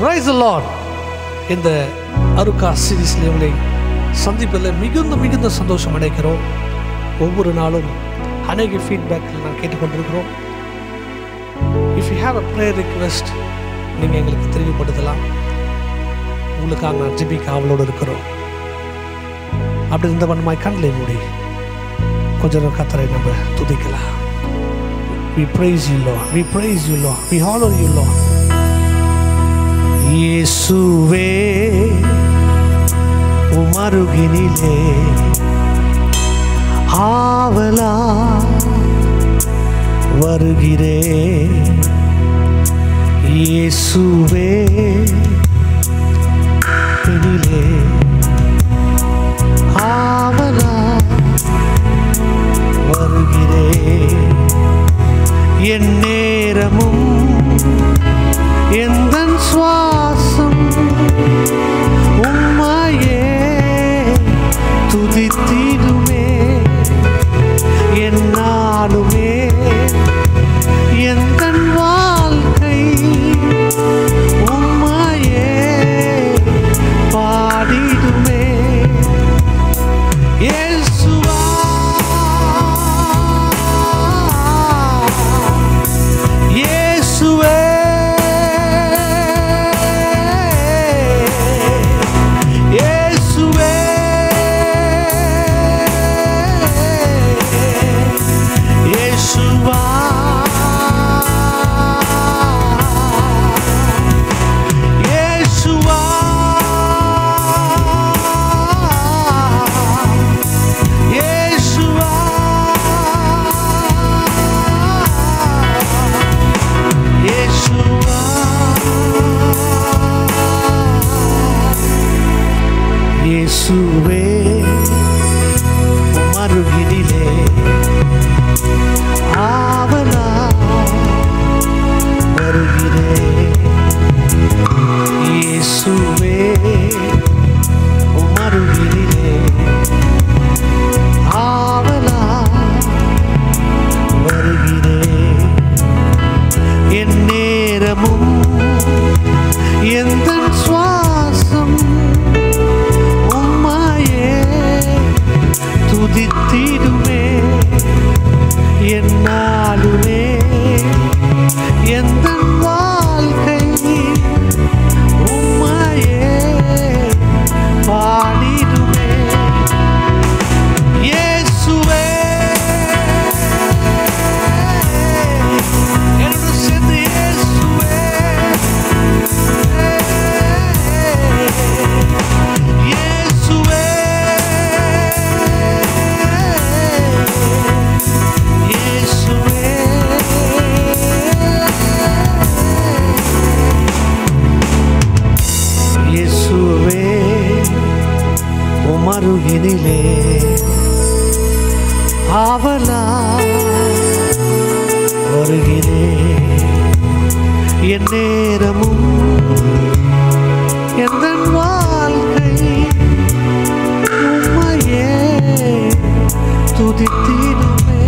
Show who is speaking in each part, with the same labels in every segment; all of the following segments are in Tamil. Speaker 1: பிரைஸ் லார்ட் இந்த அருக்கா சீரீஸில் உங்களை சந்திப்பதில் மிகுந்த மிகுந்த சந்தோஷம் அடைக்கிறோம் ஒவ்வொரு நாளும் அநேக ஃபீட்பேக்கில் நான் கேட்டுக்கொண்டிருக்கிறோம் if you have a prayer request நீங்கள் எங்களுக்கு தெரியப்படுத்தலாம் உங்களுக்காக நான் ஜிபிக்கு ஆவலோடு இருக்கிறோம் அப்படி இருந்த மண்மாய் கண்களை மூடி கொஞ்ச நேரம் கத்தரை நம்ம துதிக்கலாம் We praise you, Lord. We praise you, Lord. We honor you, Lord. இயேசுவே உமருகினிலே ஆவலா வருகிறே இயேசுவே பிடிலே ஆவலா வருகிறே என் நேரமும் எந்த சுவாசம் உம்மையே துதித்திடுமே என்னாலுமே எந்த வாழ்க்கை உம்மையே பாடிடுமே இயேசுவா இயேசுவே இயேசுவே இயேசுவா இயேசுவா இயேசுவா இயேசுவா இயேசுவே மறுகினிலே ஆவலா வருகிறே இயேசுவே மறுகினிலே ஆவலா வருகிறே என் நேரமும் எந்த சுவாசம் உம்மாயே துதித்திடுமே என்னாலுமே எந்த வாழ்க்கை உம்மாயே பாடிடுமே இயேசுவே என்னோடு சேர்ந்து இயேசுவே இயேசுவே இயேசுவே இயேசுவே உமருகினிலே ஆவலா வருகிறே என் நேரமும் எந்த வாழ்க்கை உம்மையே துதித்திடுமே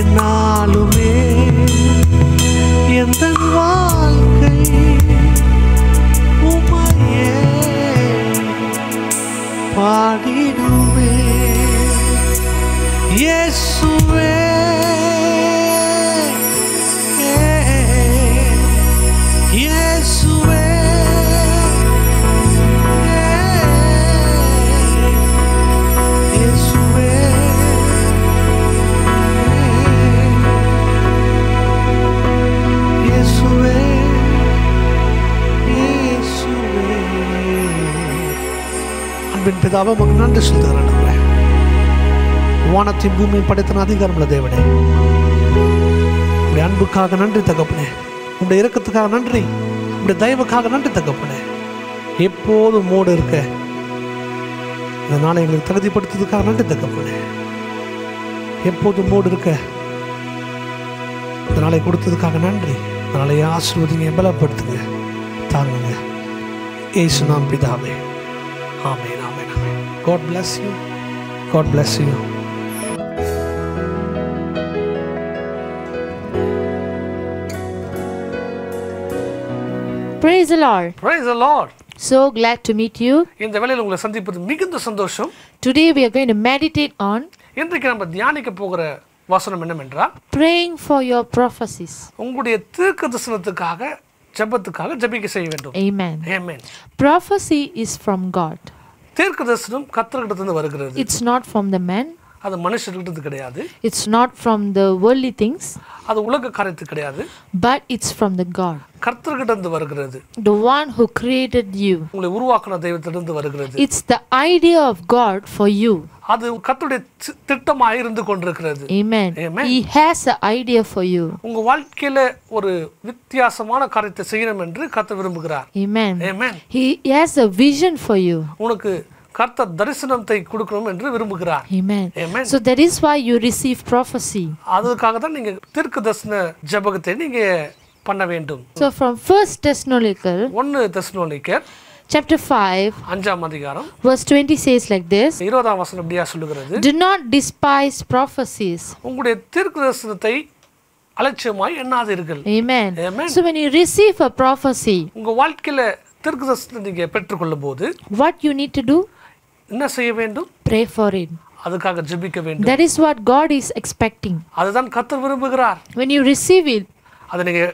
Speaker 1: என்னாலுமே எந்த வாழ்க்கை உம்மையே பாடிடுமே இயேசுவே e, இயேசுவே e, இயேசுவே இயேசுவே இயேசுவே அன்பின் பிதாவை உமக்கு நன்றி சொல்கிறேன் நம்புறேன் வானத்தை பூமியை படைத்தன அதிகாரமுள்ள தேவனே உடைய அன்புக்காக நன்றி தகப்பனே உடைய இரக்கத்துக்காக நன்றி உடைய தயவுக்காக நன்றி தகப்பனே எப்போதும் மூடு இருக்க இந்த நாளை எங்களுக்கு தகுதிப்படுத்துறதுக்காக நன்றி தகப்பனே எப்போதும் மூடு இருக்க இந்த நாளை கொடுத்ததுக்காக நன்றி இந்த நாளையை ஆசீர்வதிங்க பலப்படுத்துங்க தாங்குங்க ஏசு நாம் பிதாவே amen amen amen God bless you God bless you
Speaker 2: Praise the Lord.
Speaker 1: Praise the Lord.
Speaker 2: So glad to meet you.
Speaker 1: இந்த வேளையில் உங்களை சந்திப்பது மிகுந்த சந்தோஷம்
Speaker 2: Today we are going to meditate on
Speaker 1: இன்றைக்கு நம்ம தியானிக்க போகிற வசனம் என்னவென்றால்
Speaker 2: praying for your prophecies.
Speaker 1: உங்களுடைய தீர்க்க தரிசனத்துக்காக ஜெபத்துக்காக ஜெபிக்க செய்ய வேண்டும்
Speaker 2: Amen.
Speaker 1: ஏமேன்
Speaker 2: Prophecy is from God.
Speaker 1: தீர்க்க தரிசனம் கத்தர்கிட்டருந்து வருகிறது
Speaker 2: It's not from the man.
Speaker 1: அது மனுஷர்கிட்டது கிடையாது
Speaker 2: It's not from the worldly things,
Speaker 1: அது உலக காரியத்து கிடையாது
Speaker 2: but it's from the God,
Speaker 1: கர்த்தர்கிட்டருந்து வருகிறது
Speaker 2: the one who created you.
Speaker 1: உங்களை உருவாக்கின தெய்வத்திலிருந்து வருகிறது
Speaker 2: It's the idea of God for you.
Speaker 1: அது கர்த்தருடைய தி- திட்டமாக இருந்து கொண்டிருக்கிறது
Speaker 2: Amen.
Speaker 1: Amen.
Speaker 2: He has an idea for you.
Speaker 1: உங்க வாழ்க்கையில ஒரு வித்தியாசமான காரியத்தை செய்யணும் என்று கர்த்தர் விரும்புகிறார்
Speaker 2: Amen.
Speaker 1: ஏமேன்
Speaker 2: He has a vision for you.
Speaker 1: உனக்கு கர்த்தர் தரிசனத்தை கொடுக்கணும் என்று விரும்புகிறார்
Speaker 2: Amen.
Speaker 1: ஏமேன்
Speaker 2: So that is why you receive prophecy.
Speaker 1: அதுக்காக தான் நீங்க தீர்க்க தரிசன ஜெபகத்தை நீங்க பண்ண வேண்டும்
Speaker 2: So from First Thessalonians
Speaker 1: ஒன்னு தஸ்னோனிக்கர்
Speaker 2: chapter 5
Speaker 1: அஞ்சாம் அதிகாரம்
Speaker 2: verse 20 says like this.
Speaker 1: இருபதாம் வசனம் இப்படியா சொல்லுகிறது
Speaker 2: Do not despise prophecies.
Speaker 1: உங்களுடைய தீர்க்க தரிசனத்தை அலட்சியமாய் எண்ணாதீர்கள்
Speaker 2: Amen.
Speaker 1: ஏமேன்
Speaker 2: So when you receive a prophecy,
Speaker 1: உங்க வாழ்க்கையில தீர்க்க தரிசனத்தை நீங்க பெற்றுக்கொள்ளும் போது
Speaker 2: what you need to do?
Speaker 1: என்ன செய்ய வேண்டும்
Speaker 2: Pray for it.
Speaker 1: அதுக்காக ஜெபிக்க வேண்டும்
Speaker 2: That is what God is expecting.
Speaker 1: அதுதான் கர்த்தர் விரும்புகிறார்
Speaker 2: When you receive it,
Speaker 1: அதை நீங்க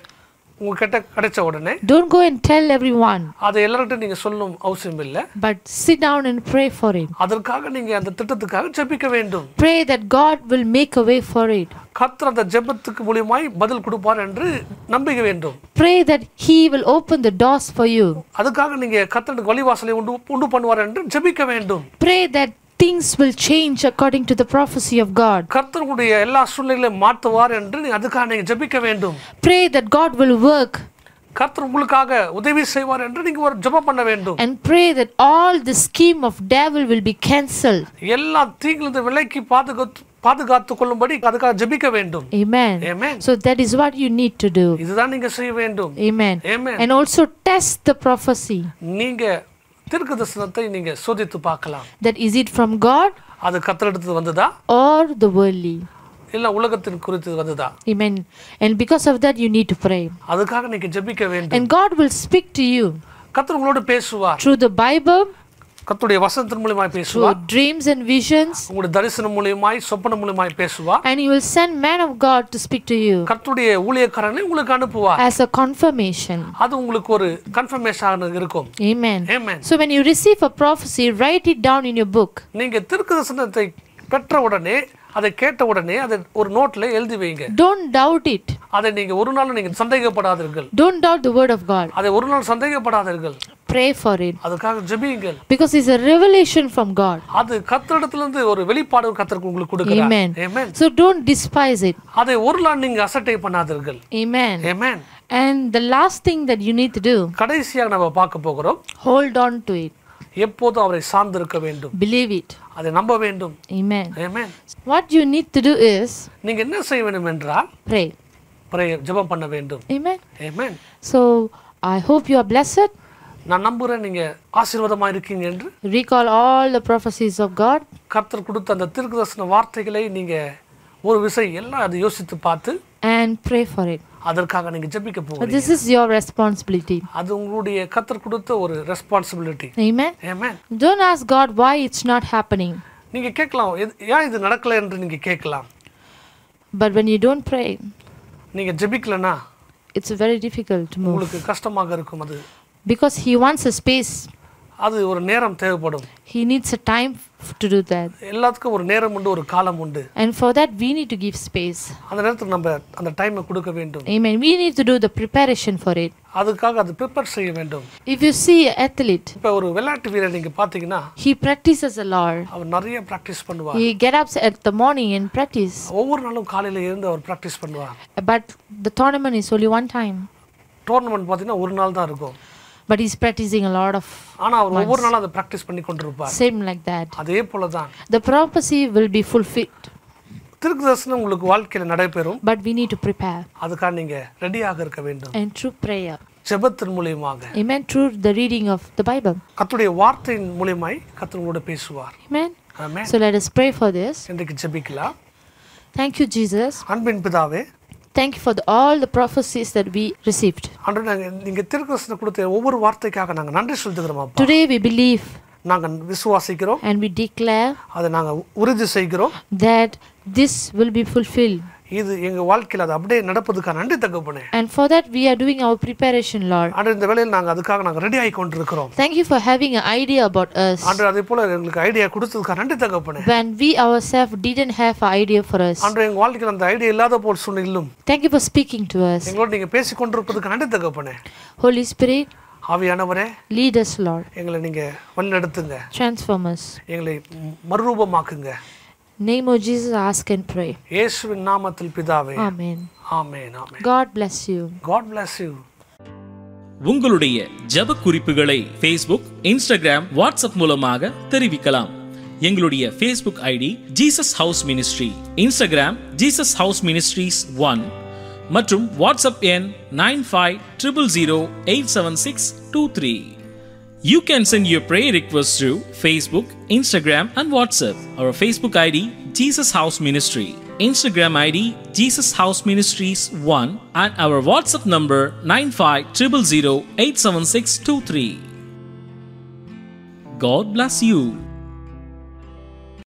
Speaker 1: உங்ககிட்ட கிடைச்ச உடனே
Speaker 2: don't go and tell everyone,
Speaker 1: அதை எல்லார்கிட்ட நீங்க சொல்லணும் அவசியம் இல்லை
Speaker 2: but sit down and pray for it.
Speaker 1: அதற்காக நீங்க அந்த திட்டத்துக்காக ஜெபிக்க வேண்டும்
Speaker 2: Pray that God will make a way for it.
Speaker 1: கர்த்தர் அந்த ஜெபத்துக்கு மூலியமாய் பதில் கொடுப்பார் என்று நம்பிக்கை வேண்டும்
Speaker 2: Pray that He will open the doors for you.
Speaker 1: அதுக்காக நீங்க கர்த்தருக்கு வழிவாசலை உண்டு உண்டு பண்ணுவார் என்று ஜெபிக்க வேண்டும்
Speaker 2: Pray that things will change according to the prophecy of God.
Speaker 1: கர்த்தருடைய எல்லா சூழ்நிலைகளையும் மாற்றுவார் என்று நீ- அதுக்காக நீங்க ஜெபிக்க வேண்டும்
Speaker 2: Pray that God will work
Speaker 1: கர்த்தர் உங்களுக்காக உதவி செய்வார் என்று நீங்க ஒரு ஜெபம் பண்ண வேண்டும்
Speaker 2: and pray that all the scheme of devil will be cancelled.
Speaker 1: எல்லா தீங்கிலிருந்து விலக்கி பாதுகாத்து பாதுகாத்துக் கொள்ளும்படி அதுக்காக ஜெபிக்க வேண்டும்
Speaker 2: Amen.
Speaker 1: ஏமேன்
Speaker 2: So that is what you need to do.
Speaker 1: இதுதான் நீங்க செய்ய வேண்டும்
Speaker 2: Amen.
Speaker 1: ஏமேன்
Speaker 2: And also test the prophecy
Speaker 1: நீங்க தீர்க்க தரிசனத்தை நீங்க சோதித்து பார்க்கலாம்
Speaker 2: that is it from God
Speaker 1: அது கத்தரெடுத்து வந்ததா
Speaker 2: or the worldly.
Speaker 1: இல்ல உலகத்தின் குறித்து வந்ததா
Speaker 2: Amen. And because of that, you need to pray.
Speaker 1: அதுக்காக நீங்க ஜெபிக்க வேண்டும்
Speaker 2: And God will speak to you
Speaker 1: கத்தர் உங்களோட பேசுவார்
Speaker 2: through the Bible,
Speaker 1: கத்தருடைய வசனத்தின் மூலியமா
Speaker 2: through
Speaker 1: பேசுவார்
Speaker 2: dreams and visions,
Speaker 1: உங்களுடைய தரிசனம் மூலியமாய் சொப்பனம் மூலியமாய் பேசுவார்
Speaker 2: and He will send man of God to speak to you
Speaker 1: கர்த்தருடைய ஊழியக்காரனை உங்களுக்கு அனுப்புவார்
Speaker 2: as a confirmation.
Speaker 1: அது உங்களுக்கு ஒரு கன்ஃபர்மேஷன் இருக்கும்
Speaker 2: Amen.
Speaker 1: ஏமேன்
Speaker 2: So when you receive a prophecy, write it down in your book.
Speaker 1: நீங்க தீர்க்க தரிசனத்தை பெற்ற உடனே அதை கேட்ட உடனே அதை ஒரு நோட்ல எழுதி வைங்க
Speaker 2: Don't doubt it.
Speaker 1: அதை நீங்க ஒரு நாள் நீங்க சந்தேகப்படாதீர்கள்
Speaker 2: Don't doubt the word of God.
Speaker 1: அதை ஒரு நாள் சந்தேகப்படாதீர்கள்
Speaker 2: Pray for it
Speaker 1: அதுக்காக ஜெபியுங்கள்
Speaker 2: because it's a revelation from God.
Speaker 1: அது கத்தரிடத்திலிருந்து ஒரு வெளிப்பாடு கத்தருக்கு உங்களுக்கு கொடுக்கிறார்
Speaker 2: Amen.
Speaker 1: ஏமேன்
Speaker 2: So don't despise it.
Speaker 1: அதை ஒரு நாள் நீங்க அசட்டை பண்ணாதீர்கள்
Speaker 2: Amen.
Speaker 1: ஏமேன்
Speaker 2: And the last thing that you need to do,
Speaker 1: கடைசியாக நம்ம பார்க்க போகிறோம்
Speaker 2: hold on to it.
Speaker 1: எப்போதும் அவரை சார்ந்து இருக்க வேண்டும்
Speaker 2: Believe it.
Speaker 1: அதை நம்ப வேண்டும்
Speaker 2: Amen.
Speaker 1: ஏமேன்
Speaker 2: What you need to do is
Speaker 1: நீங்க என்ன செய்ய வேண்டும் என்றால்
Speaker 2: pray.
Speaker 1: prayer, ஜெபம் பண்ண வேண்டும்
Speaker 2: Amen.
Speaker 1: ஏமேன்
Speaker 2: So I hope you are blessed.
Speaker 1: நான் நம்புறேன் நீங்க ஆசீர்வாதமா இருக்கீங்க என்று
Speaker 2: Recall all the prophecies of God
Speaker 1: கர்த்தர் கொடுத்த அந்த தீர்க்கதர்சன வார்த்தைகளை நீங்க ஒரு விசை எல்லாம் அதை யோசித்து பார்த்து
Speaker 2: and pray for it.
Speaker 1: அதற்காக நீங்க ஜெபிக்க
Speaker 2: But
Speaker 1: போகிறீங்க
Speaker 2: this is your responsibility.
Speaker 1: அது உங்களுடைய கர்த்தர் கொடுத்த ஒரு ரெஸ்பான்சிபிலிட்டி
Speaker 2: Amen.
Speaker 1: ஏமேன்
Speaker 2: Don't ask God why it's not happening.
Speaker 1: நீங்க கேட்கலாம் எது- ஏன் இது நடக்கல என்று நீங்க கேட்கலாம்
Speaker 2: But when you don't pray,
Speaker 1: நீங்க ஜெபிக்கலனா
Speaker 2: it's very difficult to move
Speaker 1: உங்களுக்கு கஷ்டமாக இருக்கும் அது
Speaker 2: because He wants a space.
Speaker 1: அது ஒரு நேரம் தேவைப்படும்
Speaker 2: He needs a time f- to do that.
Speaker 1: எல்லாத்துக்கும் ஒரு நேரம் உண்டு ஒரு காலம் உண்டு
Speaker 2: And for that, we need to give space.
Speaker 1: அந்த நேரத்துக்கு நம்ம அந்த டைமை கொடுக்க வேண்டும்
Speaker 2: Amen. We need to do the preparation for it.
Speaker 1: அதுக்காக அது ப்ரிப்பேர் செய்ய வேண்டும்
Speaker 2: If you see an athlete,
Speaker 1: இப்போ ஒரு விளையாட்டு வீரர் நீங்க பார்த்தீங்கன்னா
Speaker 2: he practices a lot.
Speaker 1: அவர் நிறைய ப்ராக்டிஸ் பண்ணுவார்
Speaker 2: He get up at the morning and practice.
Speaker 1: ஒவ்வொரு நாளும் காலையில இருந்து அவர் ப்ராக்டிஸ் பண்ணுவார்
Speaker 2: But the tournament is only one time.
Speaker 1: Tournament பார்த்தீங்கன்னா ஒரு நாள் தான் இருக்கும்
Speaker 2: But he's practicing a lot of
Speaker 1: ஆனா அவர் ஒவ்வொரு நாளும் அதை ப்ராக்டிஸ் பண்ணி கொண்டிருப்பார்
Speaker 2: same like that.
Speaker 1: அதே போலதான்
Speaker 2: The prophecy will be fulfilled,
Speaker 1: திருக்கு தரிசனம் உங்களுக்கு வாழ்க்கையில நடைபெறும்
Speaker 2: but we need to prepare
Speaker 1: அதுக்காக நீங்க ரெடியாக இருக்க வேண்டும்
Speaker 2: and through prayer.
Speaker 1: ஜெபத்தின் மூலியமாக
Speaker 2: Amen. Through the reading of the Bible.
Speaker 1: கத்துடைய வார்த்தையின் மூலியமாய் கர்த்தர் உங்களோட பேசுவார்
Speaker 2: Amen.
Speaker 1: Amen
Speaker 2: So let us pray for this.
Speaker 1: இன்றைக்கு ஜெபிக்கலாம்
Speaker 2: Thank you, Jesus.
Speaker 1: அன்பின் பிதாவே
Speaker 2: Thank you for the, all the prophecies that we received.
Speaker 1: ஆண்டு நாங்கள் நீங்கள் திருக்கரசனை கொடுத்த ஒவ்வொரு வார்த்தைக்காக நாங்கள் நன்றி செலுத்துகிறோம் அப்பா
Speaker 2: Today we believe
Speaker 1: நாங்கள் விசுவாசிக்கிறோம்
Speaker 2: and we declare
Speaker 1: அதை நாங்கள் உறுதி செய்கிறோம்
Speaker 2: that this will be fulfilled.
Speaker 1: இது எங்கள் வாழ்க்கையில் அது அப்படியே நடப்பதுக்காக நன்றி தகப்பனே
Speaker 2: And for that, we are doing our preparation, Lord.
Speaker 1: ஆண்டு இந்த வேலையில் நாங்கள் அதுக்காக நாங்கள் ரெடி ஆகி கொண்டிருக்கிறோம்
Speaker 2: Thank you for having an idea about us
Speaker 1: ஆண்டு அதே போல் எங்களுக்கு ஐடியா கொடுத்ததுக்காக நன்றி தகப்பனே
Speaker 2: when we ourselves didn't have an idea for us.
Speaker 1: ஆண்டு எங்கள் வாழ்க்கையில் அந்த ஐடியா இல்லாத போல் சூழ்நிலும்
Speaker 2: Thank you for speaking to us.
Speaker 1: எங்களோடு நீங்கள் பேசி கொண்டிருப்பதுக்கு நன்றி தகப்பனே
Speaker 2: Holy Spirit,
Speaker 1: ஆவியானவரே
Speaker 2: lead us, Lord.
Speaker 1: எங்களை நீங்கள் வழிநடத்துங்க
Speaker 2: Transform us.
Speaker 1: எங்களை மறுரூபமாக்குங்க
Speaker 2: Name of Jesus, ask and pray.
Speaker 1: இயேசுவின் நாமத்தில் பிதாவே
Speaker 2: Amen.
Speaker 1: Amen amen
Speaker 2: God bless you.
Speaker 1: God bless you
Speaker 3: உங்களுடைய ஜெப குறிப்புகளை Facebook, Instagram, வாட்ஸ்அப் மூலமாக தெரிவிக்கலாம் எங்களுடைய Facebook ID Jesus House Ministry Instagram Jesus House Ministries one மற்றும் வாட்ஸ்அப் எண் nine five triple zero eight seven six two three You can send your prayer requests through Facebook, Instagram, and WhatsApp. Our Facebook ID, Jesus House Ministry. Instagram ID, Jesus House Ministries 1. And our WhatsApp number, 950087623. God bless you.